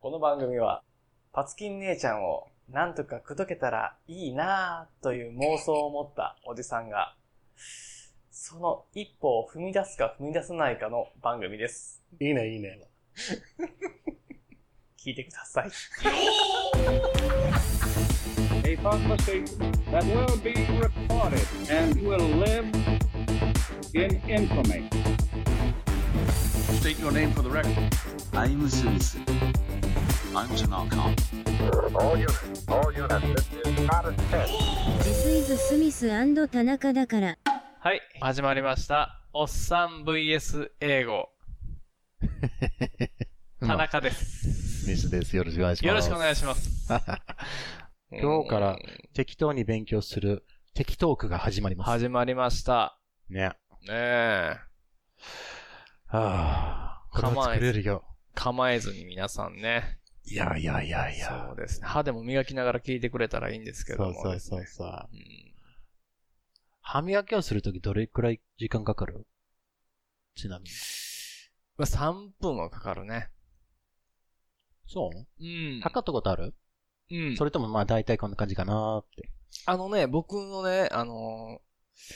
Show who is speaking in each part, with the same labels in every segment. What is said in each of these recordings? Speaker 1: この番組は、パツキン姉ちゃんをなんとか口説けたらいいなぁという妄想を持ったおじさんが、その一歩を踏み出すか踏み出さないかの番組です。
Speaker 2: いいね、いいね。
Speaker 1: 聞いてください。
Speaker 3: a prophecy that will be recorded and will live in infamy.
Speaker 4: State your name for the record.
Speaker 5: I'm a citizen. I'm an archon.
Speaker 6: All units, all units, this is not a test.
Speaker 7: ジスイズ・スミス田中だから。
Speaker 1: はい、始まりました。おっさん VS 英 語、田中です。
Speaker 2: 西です。よろしくお願いします。
Speaker 1: よろしくお願いします。
Speaker 2: 今日から適当に勉強する適当区が始まります。
Speaker 1: 始まりました。
Speaker 2: ね。
Speaker 1: ねえ。
Speaker 2: はぁ、これ
Speaker 1: 構わ
Speaker 2: は
Speaker 1: ない
Speaker 2: 作れるよ。
Speaker 1: 構えずに皆さんね。
Speaker 2: いやいやいやいや。
Speaker 1: そうですね。歯でも磨きながら聞いてくれたらいいんですけど
Speaker 2: そう
Speaker 1: も。
Speaker 2: そうそうそう。
Speaker 1: うん
Speaker 2: 歯磨きをするときどれくらい時間かかるちなみに。
Speaker 1: まあ、3分はかかるね。
Speaker 2: そう
Speaker 1: うん。
Speaker 2: 測ったことある、
Speaker 1: うん
Speaker 2: そ。れともまあ大体こんな感じかなーって。
Speaker 1: あのね、僕のね、あのー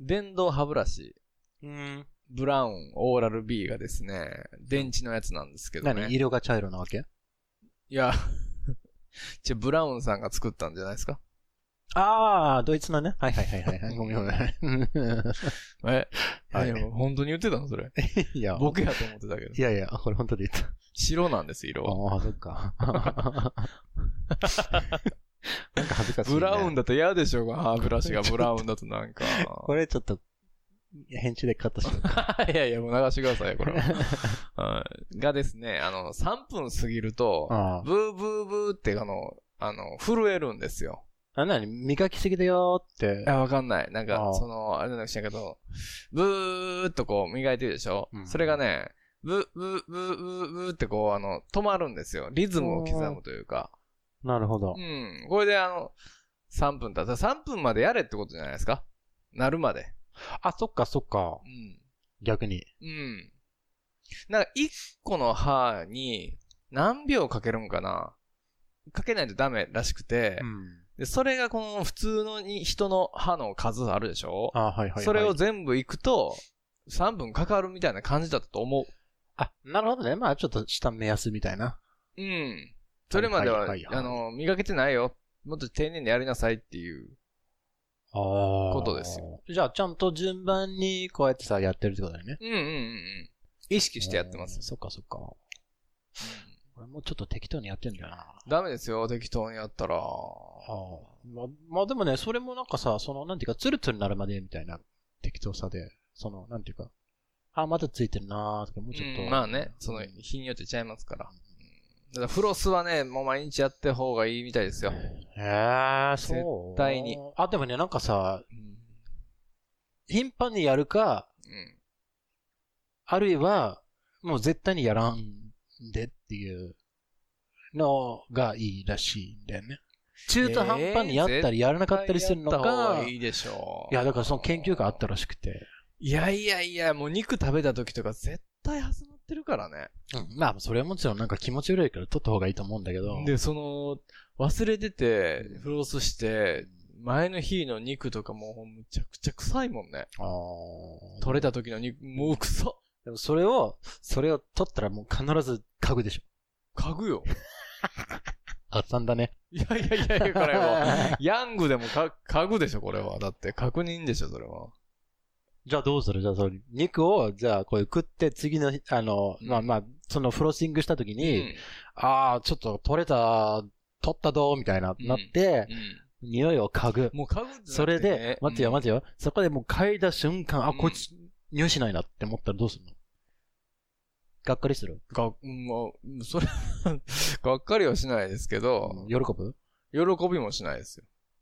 Speaker 1: 電動歯ブラシ、
Speaker 2: うん。
Speaker 1: ブラウンオーラル B がですね、電池のやつなんですけどね。
Speaker 2: 何
Speaker 1: い
Speaker 2: 色が茶色なわけ
Speaker 1: や、 じゃブラウンさんが作ったんじゃないですか
Speaker 2: あー、ドイツのね。はいはいはい はい。ごめんごめん。
Speaker 1: え、
Speaker 2: はい
Speaker 1: いや、本当に言ってたのそれ。
Speaker 2: いや、
Speaker 1: 僕やと思ってたけど
Speaker 2: い。やいや、これ本当で言 った。
Speaker 1: 白なんです、色は。
Speaker 2: ああ、そっ か。なんか恥ずかしい、ね。
Speaker 1: ブラウンだと嫌でしょうが、歯ブラシがブラウンだとなんか。
Speaker 2: これちょっと、返事でカットしようか。
Speaker 1: いやいや、もう流してくださいよ、これ は。はいがですね、あの、3分過ぎると、
Speaker 2: あ
Speaker 1: ブーブーブーってあの、あの、震えるんですよ。
Speaker 2: あ。なに磨きすぎだよーって
Speaker 1: い。や、わかんない。なん
Speaker 2: あ
Speaker 1: か、
Speaker 2: あ
Speaker 1: その、あれなんか知らんけど、ブーっとこう磨いてるでしょ、
Speaker 2: うん
Speaker 1: それがね、ブー、ブー、ブー、ブー、ブーってこう、あの、止まるんですよ。リズムを刻むというか。
Speaker 2: なるほど
Speaker 1: う。ん。これであの、3分経った。3分までやれってことじゃないですかなるまで。
Speaker 2: あ、そっかそっか
Speaker 1: う。ん。
Speaker 2: 逆に。
Speaker 1: うん。なんか、一個の歯に何秒かけるんかなかけないとダメらしくて、
Speaker 2: ん。
Speaker 1: で、それがこの普通のに人の歯の数あるでしょ
Speaker 2: あはいはい、はい。
Speaker 1: それを、全部行くと、3分かかるみたいな感じだったと思
Speaker 2: あ、なるほどね。まあちょっとした目安みたいな。
Speaker 1: う。うん。それまで
Speaker 2: は
Speaker 1: は、
Speaker 2: いはいはいはい
Speaker 1: あの、磨けてないよ。もっと丁寧にやりなさいっていう。
Speaker 2: ああ。
Speaker 1: ことです
Speaker 2: よ。じゃあ、ちゃんと順番にこうやってさ、やってるってことだよね。
Speaker 1: うんうんうんうん。意識してやってます
Speaker 2: う。んそっかそっか。俺もうちょっと適当にやってんだよな。
Speaker 1: ダメですよ、適当にやったら。
Speaker 2: ああ。ま、まあでもね、それもなんかさ、その、なんていうか、ツルツルなるまでみたいな適当さで、その、なんていうか、あ、まだついてるなーとか、もうちょっと。
Speaker 1: うんまあね、その日によってちゃいますから。うんだからフロスはね、もう毎日やって方がいいみたいですよ。
Speaker 2: へえ、そ
Speaker 1: 絶
Speaker 2: う。
Speaker 1: 対に。
Speaker 2: あ、でもね、なんかさ、
Speaker 1: うん。
Speaker 2: 頻繁にやるか、
Speaker 1: うん
Speaker 2: あるいは、もう絶対にやらんでっていうのがいいらしいんだよね。中途半端にやったりやらなかったりするの
Speaker 1: 絶対やった
Speaker 2: が、
Speaker 1: 方がいいでしょう。
Speaker 2: いや、だからその研究があったらしくて。
Speaker 1: いやいやいや、もう肉食べた時とか絶対挟まってるからね。
Speaker 2: うん、まあ、それはもちろんなんか気持ち悪いから取った方がいいと思うんだけど。
Speaker 1: で、その、忘れてて、フロスして、前の日の肉とかもうむちゃくちゃ臭いもんね。
Speaker 2: あー
Speaker 1: 取れた時の肉、もう臭っ
Speaker 2: でもそれを、それを取ったらもう必ず嗅ぐでしょ。
Speaker 1: 嗅ぐよ。
Speaker 2: あったんだね。
Speaker 1: いやいやいやいや、これ もう、ヤングでもか嗅ぐでしょ、これは。だって確認でしょ、それは。
Speaker 2: じゃあどうするじゃあその肉を、じゃあこう食って次の日、あの、
Speaker 1: うん
Speaker 2: まあまあ、そのフロッシングした時
Speaker 1: う
Speaker 2: に、ああ、ちょっと取れた、取ったど、みたいな、
Speaker 1: うん
Speaker 2: なって、
Speaker 1: ん。
Speaker 2: 匂いを嗅ぐ。
Speaker 1: もう嗅ぐってなくてね
Speaker 2: それで、待ってよ待
Speaker 1: て
Speaker 2: ってよ。そこでもう嗅いだ瞬間、あ、
Speaker 1: うん
Speaker 2: こいつ、匂いしないなって思ったらどうするのがっかりする
Speaker 1: よ。が、まあ、それ、 がっかりはしないですけど、
Speaker 2: 喜ぶ
Speaker 1: 喜びもしないです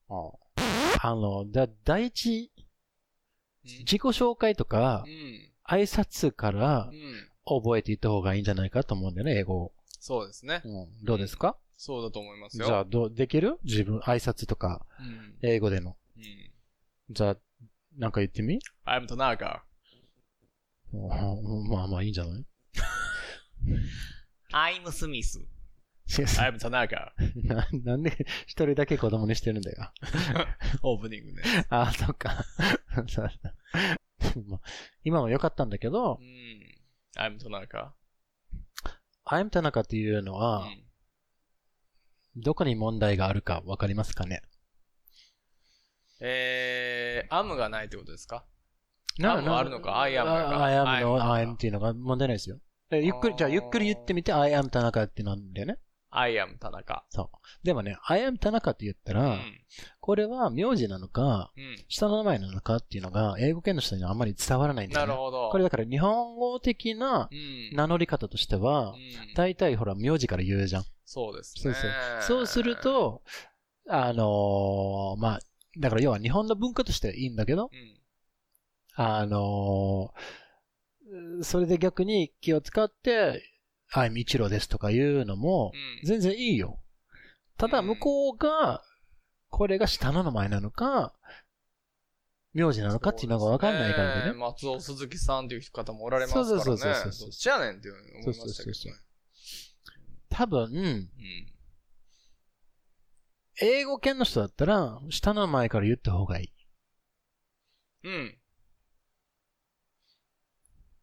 Speaker 1: よ。
Speaker 2: あの、だ、第一、自己紹介とか
Speaker 1: う、ん。
Speaker 2: 挨拶から
Speaker 1: うん。
Speaker 2: 覚えていった方がいいんじゃないかと思うんだよね、英語を。
Speaker 1: そうですね。
Speaker 2: うん、どうですか、
Speaker 1: そうだと思います
Speaker 2: じ
Speaker 1: よ。
Speaker 2: ゃあ、どう、できる自分、挨拶とか、
Speaker 1: うん。
Speaker 2: 英語での。
Speaker 1: うん。
Speaker 2: じゃあ、なんか言ってみ
Speaker 1: I'm Tanaka.
Speaker 2: うんまあまあいいんじゃない
Speaker 1: I'm Smith. I'm Tanaka.
Speaker 2: ななんで一人だけ子供にしてるんだよ。
Speaker 1: オープニングね。
Speaker 2: ああ、そっか。 そうそうまあ今も良かったんだけど
Speaker 1: う、ん。I'm Tanaka.
Speaker 2: I'm Tanaka っていうの
Speaker 1: う
Speaker 2: は、
Speaker 1: ん。
Speaker 2: どこに問題があるかわかりますかね
Speaker 1: えー、アムがないってことですか
Speaker 2: No,
Speaker 1: I'm
Speaker 2: no.
Speaker 1: あるのか I am のか
Speaker 2: I am の
Speaker 1: I
Speaker 2: I
Speaker 1: am の
Speaker 2: am っていうのが問題ないですよ。でゆっくり、じゃあゆっくり言ってみて、I am 田中ってなんだよね。
Speaker 1: ?I am 田中。
Speaker 2: でもね、I am 田中って言った
Speaker 1: う
Speaker 2: ら、
Speaker 1: ん。
Speaker 2: これは名字なのか、
Speaker 1: うん。
Speaker 2: 下の名前なのかっていうのが、英語圏の人にはあんまり伝わらないんだ
Speaker 1: な
Speaker 2: よ
Speaker 1: る
Speaker 2: ね。
Speaker 1: ほど。
Speaker 2: これだから日本語的な
Speaker 1: うん。
Speaker 2: 名乗り方として
Speaker 1: う
Speaker 2: は、
Speaker 1: ん
Speaker 2: 大体ほら、名字から言うじゃん。
Speaker 1: そうですね。
Speaker 2: そうそう。そうする、と、あのーまあ、だから要は日本の文化としてはいいんだけど、
Speaker 1: うん。
Speaker 2: あのーそれで逆に気を使って、I'm 一郎ですとか言うのも
Speaker 1: う、ん。
Speaker 2: 全然いいよ。ただ、
Speaker 1: うん
Speaker 2: 向こうが、これが下の名前なのか、名字なのかっていうのがわかんないからでね。
Speaker 1: 松尾鈴木さんっていう方もおられますからね。
Speaker 2: そうそうそうそう
Speaker 1: どっちやねんっていうふうに思いましたけどね。
Speaker 2: そうそうそう多分、
Speaker 1: うん。
Speaker 2: 英語圏の人だったら、下の名前から言った方がいい。
Speaker 1: うん。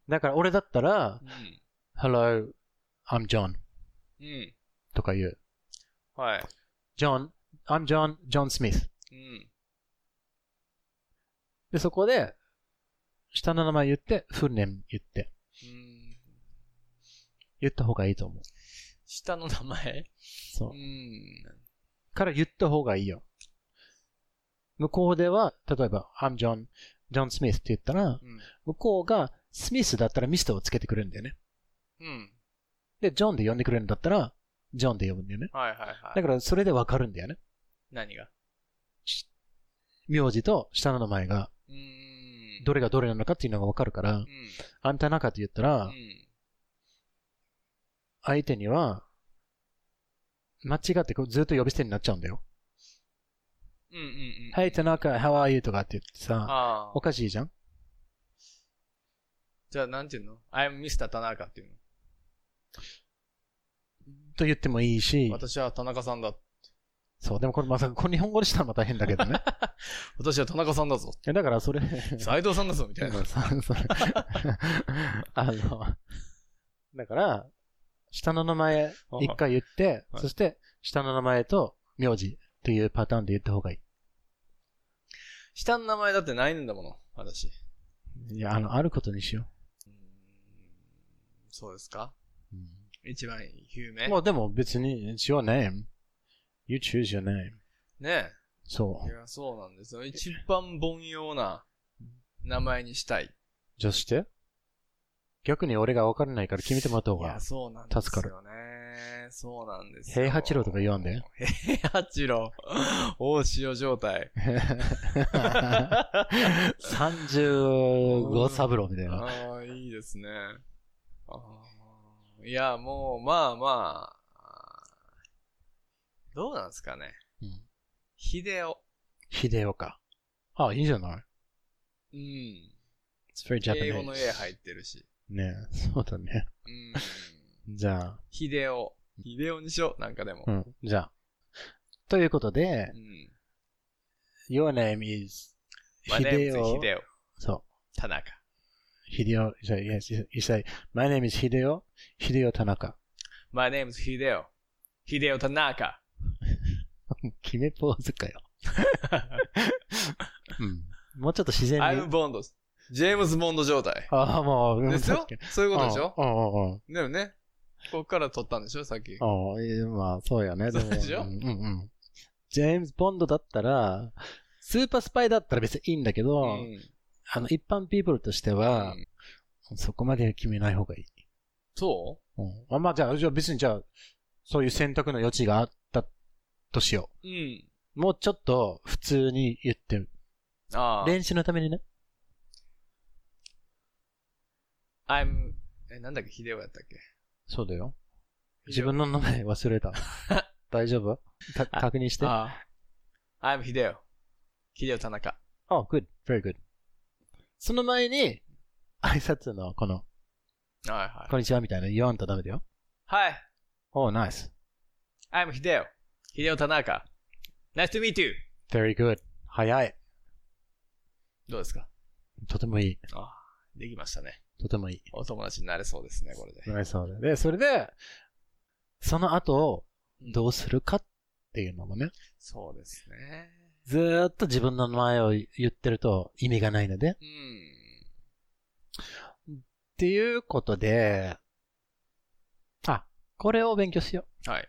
Speaker 2: だから、俺だったら
Speaker 1: う、ん。
Speaker 2: Hello, I'm John
Speaker 1: うん。
Speaker 2: とか言う。
Speaker 1: はい。
Speaker 2: John, I'm John, John Smith。
Speaker 1: うん。
Speaker 2: で、そこで、下の名前言って、フルネーム言って、
Speaker 1: うん。
Speaker 2: 言った方がいいと思う。
Speaker 1: 下の名前
Speaker 2: そうう。
Speaker 1: ん。
Speaker 2: から言った方がいいよ。向こうでは、例えば、I'm John, John Smith って言ったら、
Speaker 1: うん。
Speaker 2: 向こうが、スミスだったらミストをつけてくれるんだよね。
Speaker 1: うん。
Speaker 2: で、ジョンで呼んでくれるんだったら、ジョンで呼ぶんだよね。
Speaker 1: はいはいはい。
Speaker 2: だから、それでわかるんだよね。
Speaker 1: 何が
Speaker 2: 名字と下の名前が、
Speaker 1: うん。
Speaker 2: どれがどれなのかっていうのがわかるから
Speaker 1: う、ん。
Speaker 2: あんたなかって言ったら
Speaker 1: う、ん。
Speaker 2: 相手には、間違ってこうずっと呼び捨てになっちゃうんだよ。
Speaker 1: うんうんうん。
Speaker 2: Hey, Tanaka, how are you? とかって言ってさ、
Speaker 1: あ
Speaker 2: お
Speaker 1: あ。
Speaker 2: かしいじゃん
Speaker 1: じゃあ、なんていうの ?I'm Mr. 田中っていうの。
Speaker 2: と言ってもいいし、
Speaker 1: 私は田中さんだ。
Speaker 2: そう、でもこれまさか、 これ日本語でしたらまた変だけど ね。
Speaker 1: 私は田中さんだぞ。
Speaker 2: いやだからそれ、
Speaker 1: 斎藤さんだぞ、みたいな。
Speaker 2: そうそう あの、だから、下の名前一回言って、
Speaker 1: はい
Speaker 2: そして下の名前と名字っていうパターンで言った方がい
Speaker 1: 下の名前だってないんだもの、私。
Speaker 2: い。いや、あの、あることにしよ
Speaker 1: うーんそうですか
Speaker 2: う。
Speaker 1: 一番有名
Speaker 2: もうでも別に、it's your name. You choose your name.
Speaker 1: ね
Speaker 2: そ。
Speaker 1: え。いうや、そうなんですよ。一番凡庸な名前にしたい。
Speaker 2: じゃあして。逆に俺が分からないから決めてもらった方
Speaker 1: い
Speaker 2: が
Speaker 1: や、。そうなんです
Speaker 2: 助かる
Speaker 1: よね。そうなんですよ。
Speaker 2: 平八郎とか言わん で。
Speaker 1: 平八郎。大塩状 態。
Speaker 2: 35サブローみたいな。
Speaker 1: ああ、いいですね。あーいや、もう、まあまああー、どうなんですかね。
Speaker 2: うん
Speaker 1: 秀夫。
Speaker 2: 秀夫か。あ、いいじゃない。
Speaker 1: うん。
Speaker 2: It's very Japanese.
Speaker 1: 英語の A 入ってるし。
Speaker 2: ねそうだね。
Speaker 1: うん。
Speaker 2: じゃあ、
Speaker 1: 秀夫。秀夫にしよう、なんかでも
Speaker 2: う。ん、じゃあ。ということで
Speaker 1: う、ん。
Speaker 2: Your name is
Speaker 1: まあ、ね、秀
Speaker 2: 秀
Speaker 1: 夫
Speaker 2: 夫。。そ
Speaker 1: 田中。
Speaker 2: う。秀夫。So, yes, you- you say, My name is 秀夫。秀夫田中。
Speaker 1: My name is 秀夫。秀夫田中。
Speaker 2: 決めポーズか よ。うん。もうちょっと自然
Speaker 1: I'm
Speaker 2: に。
Speaker 1: Bond. ジェームズ・ボンド状態。
Speaker 2: ああ、もう、
Speaker 1: ですよ
Speaker 2: 確かに
Speaker 1: そういうことでしょ
Speaker 2: うんうんうん
Speaker 1: でもね、ここから撮ったんでしょさっき。
Speaker 2: ああ、えーまあ、そうよね。
Speaker 1: そうでしょ
Speaker 2: もうんうん。ジェームズ・ボンドだったら、スーパースパイだったら別にいいんだけど、
Speaker 1: うん
Speaker 2: あの、一般ピープルとしては、
Speaker 1: うん
Speaker 2: そこまで決めない方がいい。
Speaker 1: そ
Speaker 2: うんあまあ、じゃあ、じゃあ別にじゃあ、そういう選択の余地があったとしよ
Speaker 1: ううん。
Speaker 2: う。もうちょっと普通に言ってる。
Speaker 1: あ
Speaker 2: 練習のためにね。
Speaker 1: あ。I'm, え、なんだっけ、秀夫やったっけ
Speaker 2: そうだよ。
Speaker 1: いいよ
Speaker 2: 自分の名前忘れた。 大丈夫た
Speaker 1: あ
Speaker 2: 確認して。あ、
Speaker 1: ああ。I'm 秀夫。秀夫田中。
Speaker 2: oh, good. Very good. その前に、挨拶のこの、
Speaker 1: はいはい。
Speaker 2: こんにちはみたいなの言わんとダメだよ。
Speaker 1: はい。
Speaker 2: Oh, nice.
Speaker 1: I'm Hideo. Hideo Tanaka. Nice to meet you.
Speaker 2: very good. 早い。
Speaker 1: どうですか
Speaker 2: とてもいい。
Speaker 1: できましたね。
Speaker 2: とてもいい。
Speaker 1: お友達になれそうですね、これで。
Speaker 2: なりそうで。で、それで、その後、どうするかっていうのもね、
Speaker 1: そうですね。
Speaker 2: ずーっと自分の名前を言ってると意味がないので、っ
Speaker 1: うん。
Speaker 2: ていうことで、あ、これを勉強しよう。
Speaker 1: はい。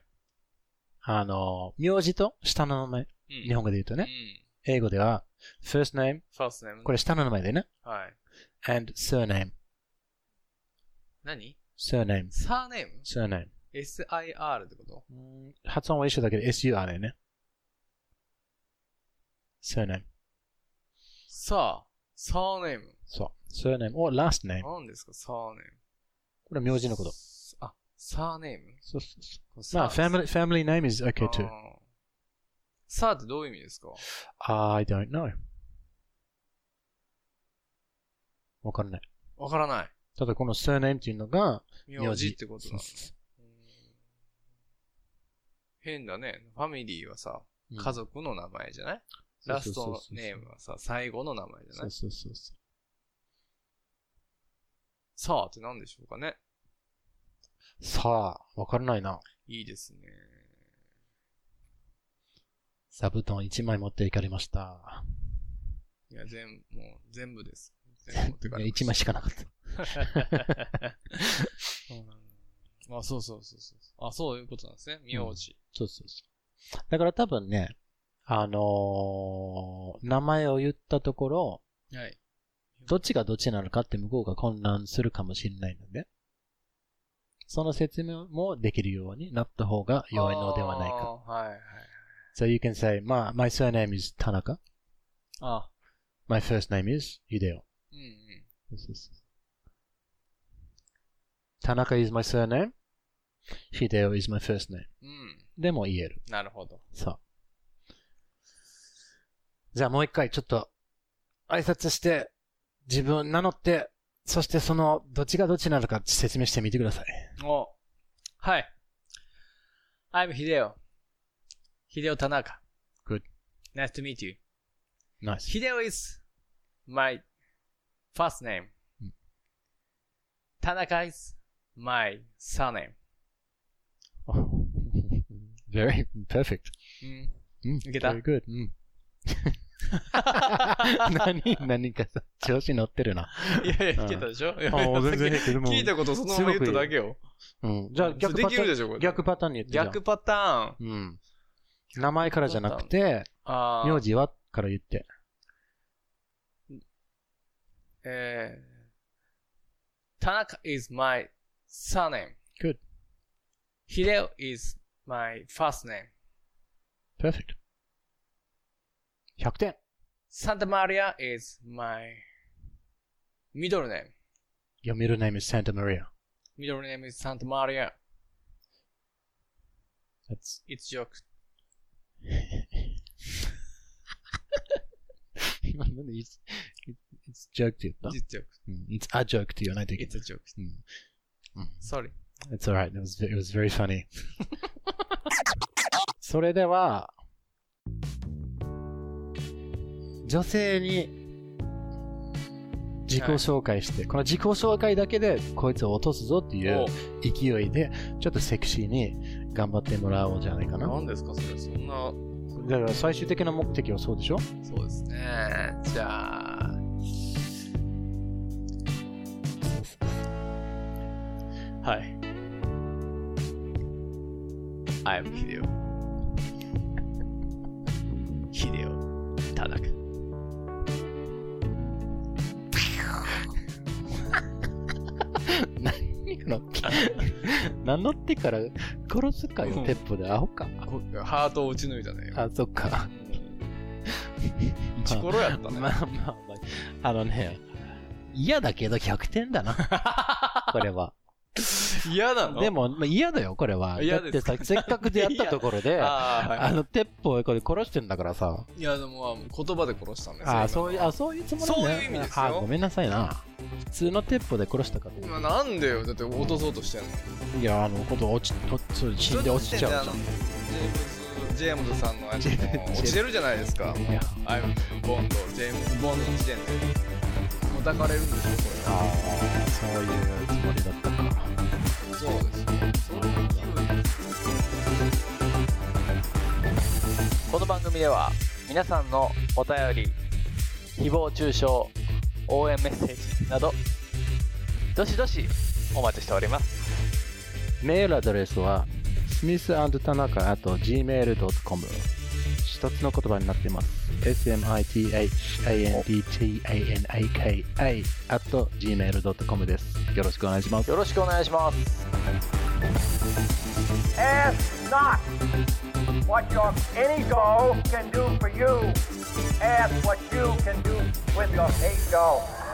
Speaker 2: あの、名字と下の名前。
Speaker 1: うん
Speaker 2: 日本語で言うと
Speaker 1: う
Speaker 2: ね、
Speaker 1: ん。
Speaker 2: 英語では、first name、
Speaker 1: ファーストネーム。
Speaker 2: これ下の名前でね、
Speaker 1: はい。
Speaker 2: and surname、
Speaker 1: 何
Speaker 2: surname、
Speaker 1: サーネーム
Speaker 2: surname。
Speaker 1: ?SIR ってこと
Speaker 2: うん発音は一緒だけど SUR だよね。surname。
Speaker 1: さあ、サーネーム。
Speaker 2: そう。surname or last name。
Speaker 1: 何ですか、サーネーム。
Speaker 2: これは名字のこと。。
Speaker 1: あ、サーネーム
Speaker 2: そうそうそ
Speaker 1: これ
Speaker 2: う。まあ、
Speaker 1: サー
Speaker 2: family, family name is okay too.
Speaker 1: あーサーってどういう意味ですか
Speaker 2: I don't know. わからない。
Speaker 1: わからない。
Speaker 2: ただこの surname っていうのが、
Speaker 1: 名字ってことなのね
Speaker 2: そうそうそ
Speaker 1: うん変だね。ファミリーはさ、
Speaker 2: うん
Speaker 1: 家族の名前じゃない
Speaker 2: そう
Speaker 1: ラ
Speaker 2: そう
Speaker 1: ス
Speaker 2: そうそ
Speaker 1: ト
Speaker 2: う
Speaker 1: ネームはさ、最後の名前じゃ
Speaker 2: そ
Speaker 1: な
Speaker 2: う
Speaker 1: い
Speaker 2: そうそうそう。
Speaker 1: さあって何でしょうかね
Speaker 2: さあ、わからないな。
Speaker 1: いいですね。
Speaker 2: 座布団1枚持っていかれました。
Speaker 1: いや、全、もう、全部です。全部持って かれました
Speaker 2: 1枚しかなかった。
Speaker 1: そうなんだあ、そうそうそうそう。あ、そういうことなんですね。名字。
Speaker 2: そうそうそう。だから多分ね、あのー名前を言ったところ、
Speaker 1: はい。
Speaker 2: どっちがどっちなのかって向こうが混乱するかもしれないので、その説明もできるようになった方が良いのではないか。
Speaker 1: あー。はいはい。
Speaker 2: So you can say, my, my surname is Tanaka,
Speaker 1: あ
Speaker 2: my first name is Hideo.
Speaker 1: うんうん。
Speaker 2: Tanaka is my surname, Hideo is my first name.
Speaker 1: うん。
Speaker 2: でも言える。
Speaker 1: なるほど。
Speaker 2: そう。じゃあもう一回ちょっと挨拶して、自分を名乗って、そしてそのどっちがどっちなのか説明してみてください。
Speaker 1: おはい。I'm Hideo. Hideo Tanaka.
Speaker 2: Good.
Speaker 1: Nice to meet you.
Speaker 2: ナイス。
Speaker 1: Hideo is my first name. Tanaka is my surname.
Speaker 2: Very perfect.
Speaker 1: うん。
Speaker 2: うん、
Speaker 1: いけた
Speaker 2: very good. うん。何何かさ、調子乗ってるな。
Speaker 1: いやいや、いけたでしょ いや
Speaker 2: あ全然いけるもう
Speaker 1: 聞いたことそのまま言っただけよ。
Speaker 2: うん。じゃあ
Speaker 1: それ
Speaker 2: 逆
Speaker 1: で
Speaker 2: パ
Speaker 1: き
Speaker 2: タ
Speaker 1: る
Speaker 2: ー
Speaker 1: で
Speaker 2: ン、
Speaker 1: しょ、これ。
Speaker 2: 逆パターンに言ってじゃん
Speaker 1: 逆パターン。
Speaker 2: うん。名前からじゃなくて、
Speaker 1: あー
Speaker 2: 名字はから言って。
Speaker 1: えー、Tanaka is my surname.
Speaker 2: Good.
Speaker 1: Hideo is my first name.
Speaker 2: Perfect. 100点。
Speaker 1: Santa Maria is my middle name.
Speaker 2: Your middle name is Santa Maria.
Speaker 1: Middle name is Santa Maria.
Speaker 2: That's
Speaker 1: It's joke.
Speaker 2: 今なんで it's, it's joke って言った
Speaker 1: It's joke.
Speaker 2: うん It's a joke って言わないといけな
Speaker 1: It's a
Speaker 2: い。
Speaker 1: joke.
Speaker 2: うんうん
Speaker 1: Sorry.
Speaker 2: It's alright. It was, it was very funny. それでは、女性に自己紹介して、この自己紹介だけでこいつを落とすぞっていう
Speaker 1: お
Speaker 2: 勢いで、ちょっとセクシーに頑張ってもらおうじゃないかな。
Speaker 1: 何ですかそれそんな、
Speaker 2: だから最終的な目的はそうでしょ
Speaker 1: そうですね。じゃあ、はい。I'm Hideo. Hideo Tanaka.
Speaker 2: 名乗ってから殺すか
Speaker 1: う
Speaker 2: よ、
Speaker 1: ん
Speaker 2: 鉄砲で。アホか。
Speaker 1: ハートを打ち抜いたね。今
Speaker 2: あ、そっか。
Speaker 1: イチコロやったね。
Speaker 2: まあまあまあ、あのね、嫌だけど100 点だな、これは。
Speaker 1: 嫌なの
Speaker 2: でも、まあ、嫌だよ、これは。だ
Speaker 1: 嫌
Speaker 2: っ
Speaker 1: で
Speaker 2: て
Speaker 1: すか
Speaker 2: さ、せっかくでやったところで、あ
Speaker 1: ああ、 はい
Speaker 2: の、鉄砲をこれ殺してんだからさ。
Speaker 1: いや、でも、言葉で殺したんですよ。今
Speaker 2: ああ、そういう、あそういうつもりね
Speaker 1: そういう意味ですよ
Speaker 2: あごめんなさいな。普通の鉄砲で殺したかと思
Speaker 1: まあなんでよ、だって落とそうとしてんの。
Speaker 2: う。いや、あの、今度落ち、落ちそう死んで落ちちゃうじゃん。
Speaker 1: ジェームズさんのやつ
Speaker 2: ジェー
Speaker 1: も
Speaker 2: ムズ
Speaker 1: 落ちてるじゃないですか。
Speaker 2: いや、
Speaker 1: アイムボンド、ジェームズ・ボンドの時点で。もたかれるんでしょ、これ。
Speaker 2: ああ、そういうつもりだったか。
Speaker 1: そうですね。
Speaker 8: この番組では皆さんのお便り誹謗中傷応援メッセージなどどしどしお待ちしております
Speaker 2: メールアドレスは smith&tanaka.gmail.com 一つの言葉になっています。smithandtanaki.gmail.com です。よろしくお願いします。
Speaker 8: よろしくお願いします
Speaker 6: Ask not what your any doll can do for you. Ask what you can do with your eight doll.